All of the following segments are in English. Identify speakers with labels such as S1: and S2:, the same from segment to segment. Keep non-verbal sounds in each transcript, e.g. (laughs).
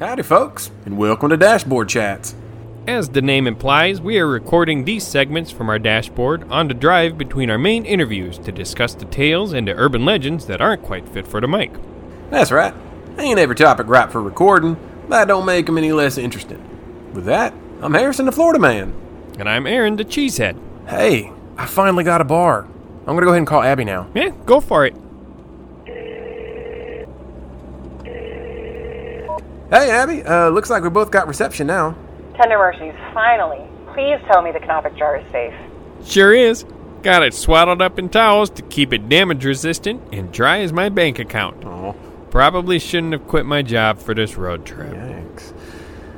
S1: Howdy, folks, and welcome to Dashboard Chats.
S2: As the name implies, we are recording these segments from our dashboard on the drive between our main interviews to discuss the tales and the urban legends that aren't quite fit for the mic.
S1: That's right, ain't every topic right for recording, but I don't make them any less interesting. With that, I'm Harrison the Florida Man.
S2: And I'm Aaron the Cheesehead.
S1: Hey, I finally got a bar. I'm gonna go ahead and call Abby now.
S2: Yeah, go for it.
S1: Hey, Abby, uh, looks like we both got reception now.
S3: Tender mercies, finally. Please tell me the Canopic jar is safe.
S2: Sure is. Got it swaddled up in towels to keep it damage resistant and dry as my bank account.
S1: Oh,
S2: Probably shouldn't have quit my job for this road trip.
S1: thanks.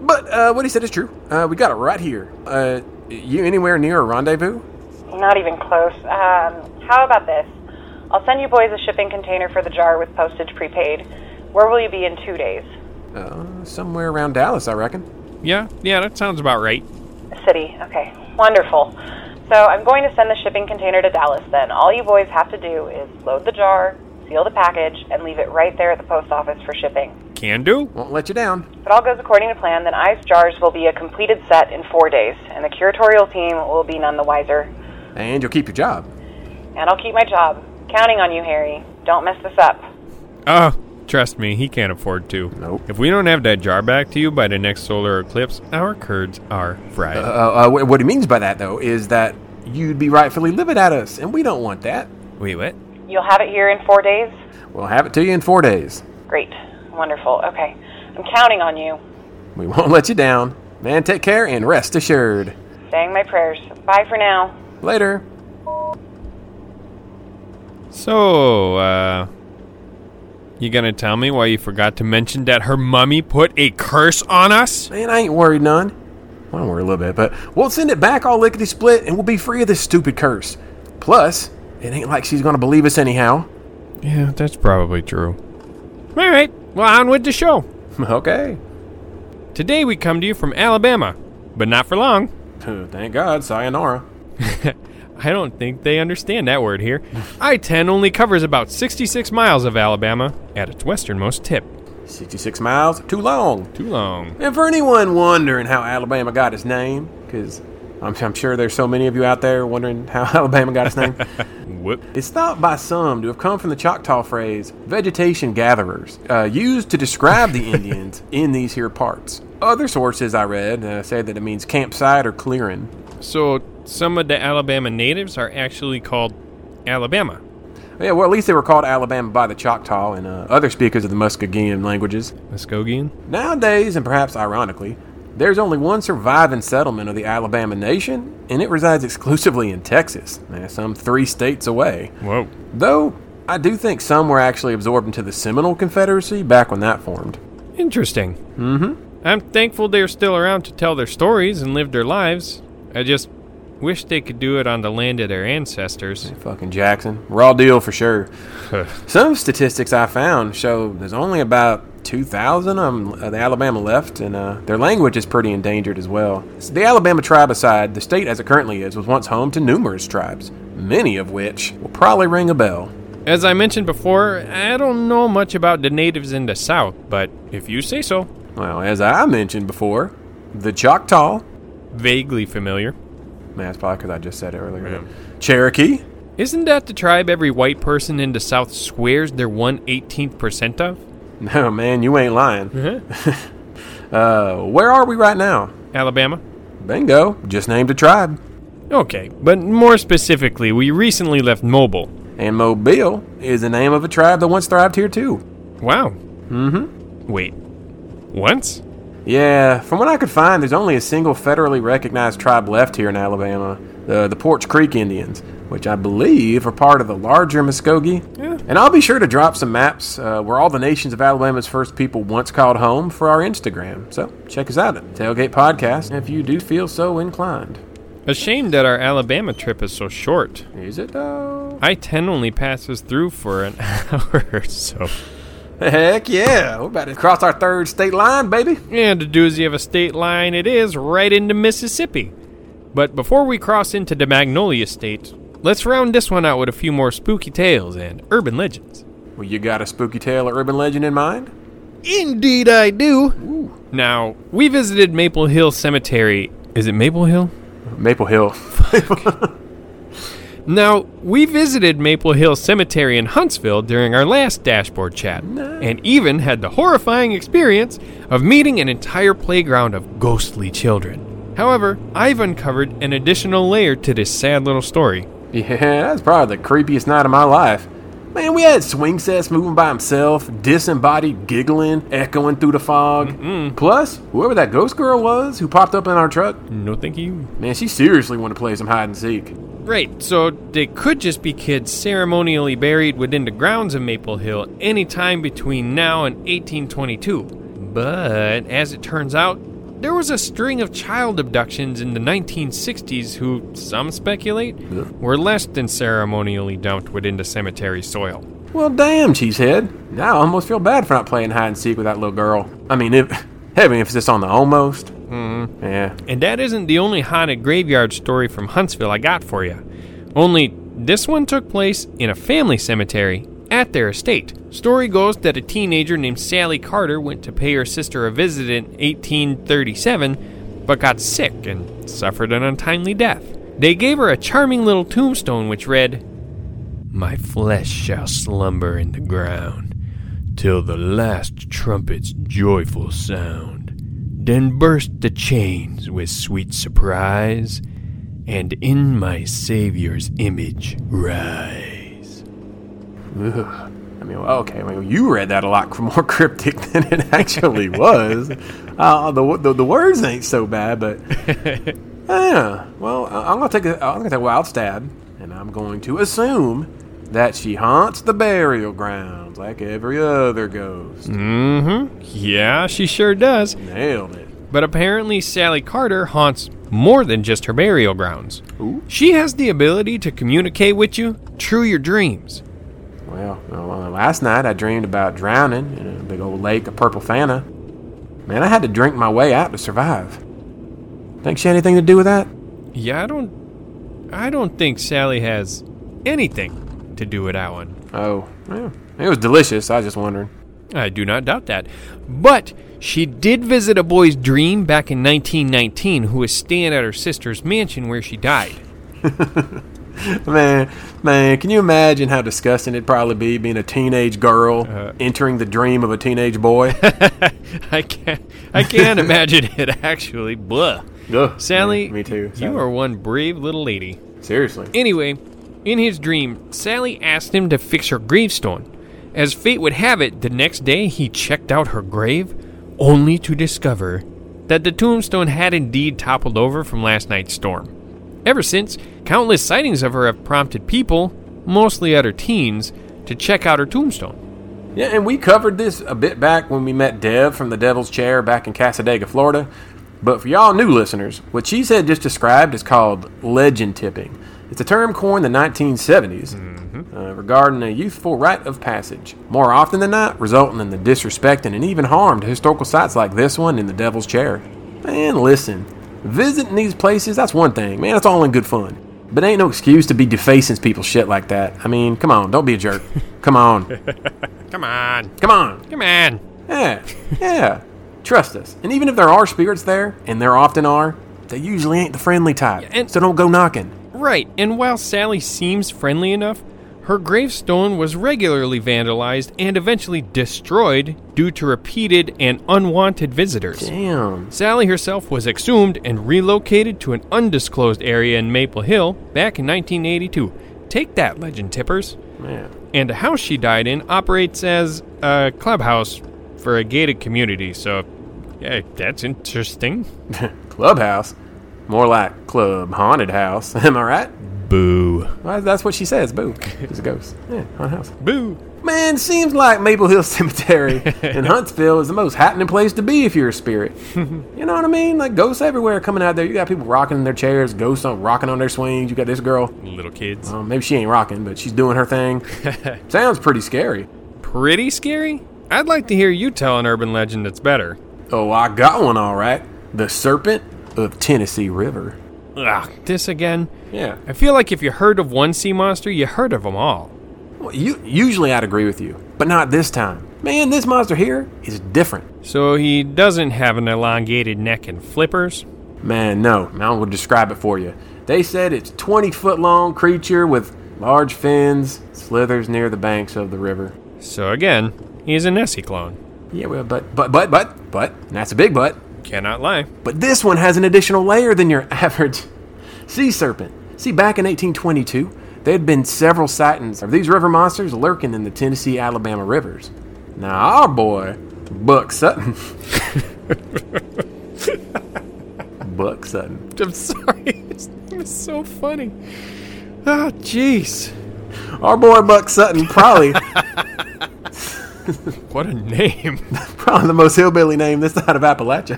S1: But uh, what he said is true. Uh, we got it right here. Uh, you anywhere near a rendezvous?
S3: Not even close. Um, how about this? I'll send you boys a shipping container for the jar with postage prepaid. Where will you be in two days?
S1: Uh, somewhere around Dallas, I reckon.
S2: Yeah, yeah, that sounds about right.
S3: City. Okay. Wonderful. So I'm going to send the shipping container to Dallas then. All you boys have to do is load the jar, seal the package, and leave it right there at the post office for shipping.
S2: Can do.
S1: Won't let you down.
S3: If it all goes according to plan, then Ice Jars will be a completed set in four days, and the curatorial team will be none the wiser.
S1: And you'll keep your job.
S3: And I'll keep my job. Counting on you, Harry. Don't mess this up.
S2: Uh, trust me, he can't afford to.
S1: Nope.
S2: If we don't have that jar back to you by the next solar eclipse, our curds are fried.
S1: Uh, uh, wh- what he means by that, though, is that you'd be rightfully livid at us, and we don't want that.
S2: Wait, what?
S3: You'll have it here in four days?
S1: We'll have it to you in four days.
S3: Great. Wonderful. Okay. I'm counting on you.
S1: We (laughs) won't let you down. Man, take care and rest assured.
S3: Saying my prayers. Bye for now.
S1: Later.
S2: So, uh, you gonna tell me why you forgot to mention that her mummy put a curse on us?
S1: Man, I ain't worried none. Well, I'm worried a little bit, but we'll send it back all lickety split and we'll be free of this stupid curse. Plus, it ain't like she's gonna believe us anyhow. (laughs)
S2: Yeah, that's probably true. All right, well, on with the show.
S1: okay.
S2: Today we come to you from Alabama, but not for long.
S1: Thank God, sayonara.
S2: I don't think they understand that word (laughs) here. I 10 only covers about 66 miles of Alabama at its westernmost tip.
S1: 66 miles, too long.
S2: Too long.
S1: And for anyone wondering how Alabama got its name, because I'm, I'm sure there's so many of you out there wondering how (laughs) Alabama got its name,
S2: Whoop.
S1: it's thought by some to have come from the Choctaw phrase vegetation gatherers, uh, used to describe the Indians in these here parts. Other sources I read uh, say that it means campsite or clearing.
S2: So, some of the Alabama natives are actually called Alabama.
S1: Yeah, well, at least they were called Alabama by the Choctaw and uh, other speakers of the Muskegean languages.
S2: Muskogean?
S1: Nowadays, and perhaps ironically, there's only one surviving settlement of the Alabama Nation, and it resides exclusively in Texas, eh, some three states away.
S2: Whoa.
S1: Though, I do think some were actually absorbed into the Seminole Confederacy back when that formed.
S2: Interesting. Mm hmm. I'm thankful they're still around to tell their stories and live their lives. I just wish they could do it on the land of their ancestors.
S1: Fucking Jackson. Raw deal for sure. Some statistics I found show there's only about 2,000 of 'em, uh, the Alabama left, and uh, their language is pretty endangered as well. The Alabama tribe aside, the state as it currently is was once home to numerous tribes, many of which will probably ring a bell.
S2: As I mentioned before, I don't know much about the natives in the South, but if you say so,
S1: Well, as I mentioned before, the Choctaw,
S2: vaguely familiar.
S1: man, that's probably because I just said it earlier, but Cherokee, (laughs)
S2: Isn't that the tribe every white person in the South swears they're 1 18th percent of?
S1: no, man, you ain't lying. Uh, where are we right now?
S2: Alabama?
S1: Bingo, just named a tribe.
S2: Okay, but more specifically, we recently left Mobile.
S1: And Mobile is the name of a tribe that once thrived here too.
S2: Wow. Mm hmm. Wait. Once?
S1: Yeah, from what I could find, there's only a single federally recognized tribe left here in Alabama, the, the Porch Creek Indians, which I believe are part of the larger Muskogee.
S2: Yeah.
S1: And I'll be sure to drop some maps uh, where all the nations of Alabama's first people once called home for our Instagram. So check us out at Tailgate Podcast if you do feel so inclined.
S2: A shame that our Alabama trip is so short.
S1: Is it though?
S2: I 10 only passes through for an (laughs) hour or so.
S1: Heck yeah! We're about to cross our third state line, baby.
S2: And a doozy of a state line it is, right into Mississippi. But before we cross into the Magnolia State, let's round this one out with a few more spooky tales and urban legends.
S1: Well, you got a spooky tale or urban legend in mind?
S2: Indeed, I do. Now, we visited Maple Hill Cemetery. Is it Maple Hill?
S1: Maple Hill.
S2: Now, we visited Maple Hill Cemetery in Huntsville during our last dashboard chat, and even had the horrifying experience of meeting an entire playground of ghostly children. However, I've uncovered an additional layer to this sad little story.
S1: Yeah, (laughs) that's probably the creepiest night of my life. Man, we had swing sets moving by himself, disembodied giggling, echoing through the fog. Plus, whoever that ghost girl was who popped up in our truck,
S2: No, thank you.
S1: man, she seriously wanted to play some hide and seek.
S2: Right, so they could just be kids ceremonially buried within the grounds of Maple Hill anytime between now and 1822. But as it turns out, there was a string of child abductions in the 1960s who, some speculate, were less than ceremonially dumped within the cemetery soil.
S1: Well, damn, Cheesehead. Now I almost feel bad for not playing hide and seek with that little girl. I mean, if, (laughs) heavy emphasis on the almost. Mm. Yeah.
S2: And that isn't the only haunted graveyard story from Huntsville I got for you. Only this one took place in a family cemetery at their estate. Story goes that a teenager named Sally Carter went to pay her sister a visit in 1837, but got sick and suffered an untimely death. They gave her a charming little tombstone which read, My flesh shall slumber in the ground till the last trumpet's joyful sound. Then burst the chains with sweet surprise, and in my Savior's image rise.
S1: Ugh. I mean, okay, well, you read that a lot (laughs) more cryptic than it actually was. Uh, the, the the words ain't so bad, but uh, yeah. Well, I- I'm gonna take a, I'm gonna take a wild stab, and I'm going to assume that she haunts the burial grounds like every other ghost.
S2: Mm-hmm. Yeah, she sure does.
S1: Nailed it.
S2: But apparently, Sally Carter haunts more than just her burial grounds.
S1: Ooh.
S2: She has the ability to communicate with you through your dreams.
S1: Well, uh, last night I dreamed about drowning in a big old lake of purple fanta. Man, I had to drink my way out to survive. Think she had anything to do with that?
S2: Yeah, I don't, I don't think Sally has anything to do with that one.
S1: Oh, yeah. It was delicious. I was just wondering.
S2: I do not doubt that. But she did visit a boy's dream back in 1919 who was staying at her sister's mansion where she died. (laughs)
S1: Man, man, can you imagine how disgusting it'd probably be being a teenage girl entering the dream of a teenage boy?
S2: I can't,
S1: (laughs)
S2: I can't imagine it actually. Blah.
S1: Ugh.
S2: Sally,
S1: Yeah, me too. Sally.
S2: You are one brave little lady.
S1: Seriously.
S2: Anyway, in his dream, Sally asked him to fix her gravestone. As fate would have it, the next day he checked out her grave, only to discover that the tombstone had indeed toppled over from last night's storm. Ever since, countless sightings of her have prompted people, mostly other teens, to check out her tombstone.
S1: Yeah, and we covered this a bit back when we met Dev from the Devil's Chair back in Casadega, Florida. But for y'all new listeners, what she said just described is called legend tipping. It's a term coined in the 1970s uh, regarding a youthful rite of passage, more often than not, resulting in the disrespect and even harm to historical sites like this one in the Devil's Chair. Man, listen, visiting these places, that's one thing. Man, that's all in good fun. But ain't no excuse to be defacing people's shit like that. I mean, come on, don't be a jerk. Come on.
S2: Come on,
S1: Come on.
S2: come on.
S1: Yeah, yeah. Trust us. And even if there are spirits there, and there often are, they usually ain't the friendly type.
S2: and-
S1: so don't go knocking.
S2: Right, and while Sally seems friendly enough, her gravestone was regularly vandalized and eventually destroyed due to repeated and unwanted visitors.
S1: Damn.
S2: Sally herself was exhumed and relocated to an undisclosed area in Maple Hill back in 1982. Take that, legend tippers.
S1: Man.
S2: And the house she died in operates as a clubhouse for a gated community, so yeah, that's interesting.
S1: Clubhouse? More like club haunted house. (laughs) Am I right?
S2: Boo.
S1: Well, that's what she says. Boo. It's a ghost. Yeah, haunted house.
S2: Boo.
S1: Man, seems like Maple Hill (laughs) Cemetery in Huntsville is the most happening place to be if you're a spirit. you know what I mean? Like ghosts everywhere coming out there. You got people rocking in their chairs, ghosts on rocking on their swings. You got this girl
S2: Little kids.
S1: Well, Um, maybe she ain't rocking, but she's doing her thing. Sounds pretty scary.
S2: pretty scary? I'd like to hear you tell an urban legend that's better.
S1: Oh, I got one all right. The Serpent of Tennessee River.
S2: Ugh, this again.
S1: Yeah.
S2: I feel like if you heard of one sea monster, you heard of them all.
S1: Well, you, usually I'd agree with you, but not this time. Man, this monster here is different.
S2: So he doesn't have an elongated neck and flippers.
S1: Man, no, I will describe it for you. They said it's 20 foot long creature with large fins, slithers near the banks of the river.
S2: So again, he's a Nessie clone.
S1: Yeah, well, but, but, but, but, but, and that's a big but.
S2: Cannot lie. (laughs)
S1: But this one has an additional layer than your (laughs) average sea serpent. See, back in 1822, there had been several sightings of these river monsters lurking in the Tennessee Alabama rivers. Now, our boy, Buck Sutton. (laughs) Buck Sutton.
S2: I'm sorry. (laughs) His name is so funny. Oh, jeez.
S1: Our boy, Buck Sutton, probably
S2: What a name. (laughs)
S1: probably the most hillbilly name this side of Appalachia.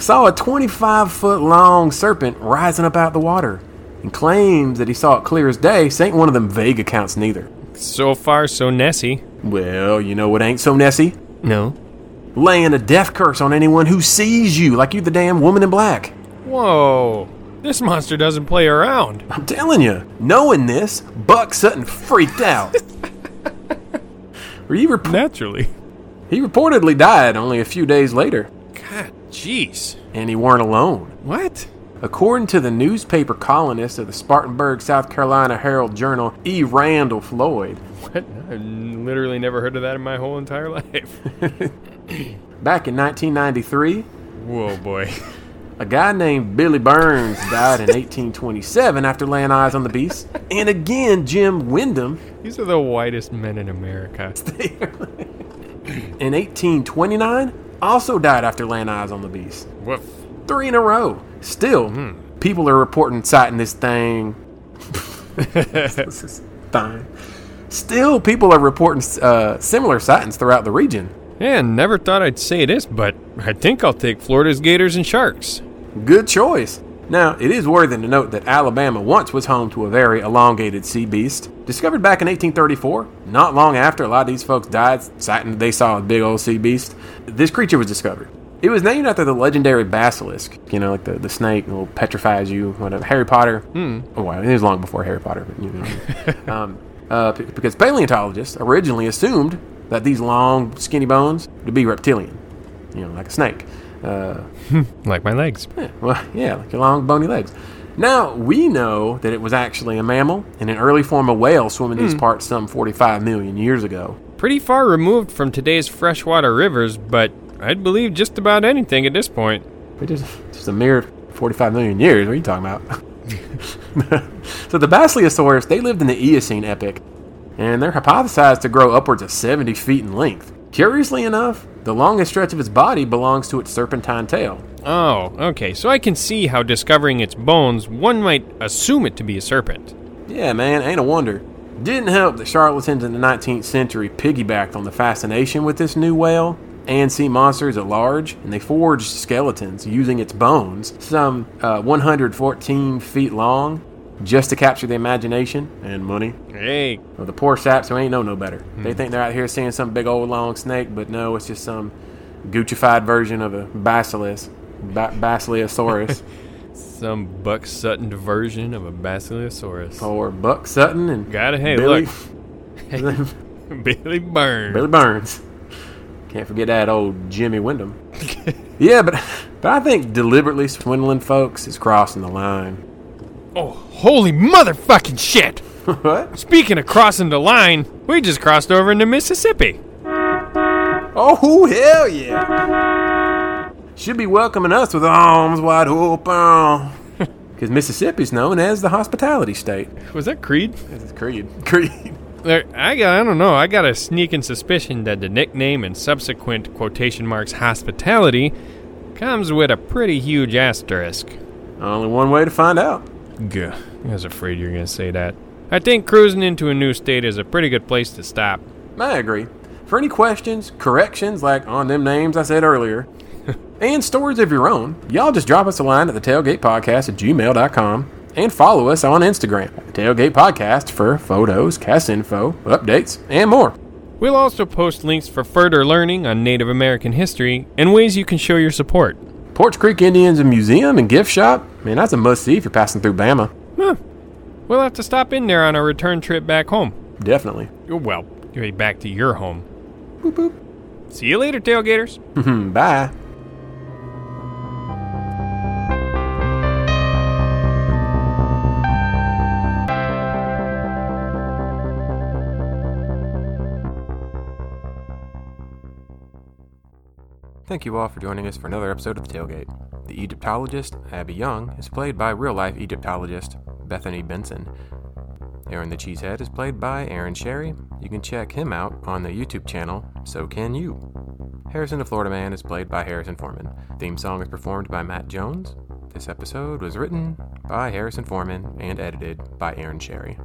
S1: saw a 25 foot long serpent rising up out of the water and claims that he saw it clear as day. So ain't one of them vague accounts, neither.
S2: so far, so Nessie.
S1: Well, you know what ain't so Nessie?
S2: No.
S1: Laying a death curse on anyone who sees you like you the damn woman in black.
S2: Whoa. This monster doesn't play (laughs) around.
S1: I'm telling you, knowing this, Buck Sutton freaked out. he, rep-
S2: Naturally.
S1: he reportedly died only a few days later,
S2: God, jeez.
S1: and he weren't alone.
S2: What?
S1: According to the newspaper columnist of the Spartanburg, South Carolina Herald Journal, E. Randall Floyd,
S2: What? I've literally never heard of that in my whole entire (laughs) life.
S1: back in 1993,
S2: Whoa, boy.
S1: a guy named Billy Burns died in 1827 after laying eyes on the beast. And again, Jim Wyndham
S2: These are the whitest men in America.
S1: (laughs) in 1829 also died after laying eyes on the beast.
S2: Woof.
S1: Three in a row. Still, people are reporting sighting this thing. this is thing. Still, people are reporting uh, similar sightings throughout the region.
S2: Man, never thought I'd say this, but I think I'll take Florida's Gators and Sharks.
S1: Good choice. Now, it is worthy to note that Alabama once was home to a very elongated sea beast. Discovered back in 1834, not long after a lot of these folks died, sighting that they saw a big old sea beast, this creature was discovered. It was named after the legendary basilisk, you know, like the, the snake who petrifies you, whatever. Harry Potter. Mm. Oh, wow, it was long before Harry Potter, but you know. um, uh, p- because paleontologists originally assumed that these long, skinny bones would be reptilian, you know, like a snake. Uh,
S2: Like my legs. Eh,
S1: yeah, well, (laughs) yeah, like your long bony legs. Now we know that it was actually a mammal in an early form of whale swimming these parts some 45 million years ago.
S2: Pretty far removed from today's freshwater rivers, but I'd believe just about anything at this point.
S1: Which is just a mere 45 million years. What are you talking about? (laughs) so the Basileosaurus, they lived in the Eocene epoch, and they're hypothesized to grow upwards of 70 feet in length. Curiously enough, the longest stretch of its body belongs to its serpentine tail.
S2: Oh, okay, so I can see how discovering its bones, one might assume it to be a serpent.
S1: Yeah, man, ain't a wonder. Didn't help that charlatans in the 19th century piggybacked on the fascination with this new whale and sea monsters at large, and they forged skeletons using its bones, some uh, 114 feet long, just to capture the imagination and money
S2: Hey,
S1: of the poor saps who ain't know no better. They think they're out here seeing some big old long snake, but no, it's just some Guccified version of a basilisk, ba- basilosaurus.
S2: some Buck Sutton version of a Basilosaurus.
S1: or Buck Sutton and
S2: Gotta- hey,
S1: look. (laughs)
S2: Billy Burns.
S1: Billy Burns. Can't forget that old Jimmy Wyndham. yeah, but but I think deliberately swindling folks is crossing the line. (laughs)
S2: Oh, holy motherfucking shit!
S1: what?
S2: Speaking of crossing the line, we just crossed over into Mississippi.
S1: Oh hell yeah! Should be welcoming us with arms wide open. Because Mississippi's known as the hospitality state.
S2: Was that Creed?
S1: That's creed. Creed.
S2: There, I got, I don't know. I got a sneaking suspicion that the nickname and subsequent quotation marks hospitality comes with a pretty huge asterisk.
S1: Only one way to find out.
S2: Gah, I was afraid you were gonna say that. I think cruising into a new state is a pretty good place to stop.
S1: I agree. For any questions, corrections, like on them names I said earlier, and stories of your own, y'all just drop us a line at the tailgate podcast at gmail.com and follow us on Instagram at the tailgate podcast for photos, cast info, updates, and more.
S2: We'll also post links for further learning on Native American history and ways you can show your support.
S1: Porch Creek Indians and Museum and Gift Shop, man, that's a must see if you're passing through Bama.
S2: Huh. We'll have to stop in there on our return trip back home.
S1: Definitely.
S2: Well, way back to your home. Boop, boop. See you later, tailgaters.
S1: Bye. Thank you all for joining us for another episode of The Tailgate. The Egyptologist, Abby Young, is played by real life Egyptologist Bethany Benson. Aaron the Cheesehead is played by Aaron Sherry. You can check him out on the YouTube channel, So Can You. Harrison the Florida Man is played by Harrison Foreman. Theme song is performed by Matt Jones. This episode was written by Harrison Foreman and edited by Aaron Sherry.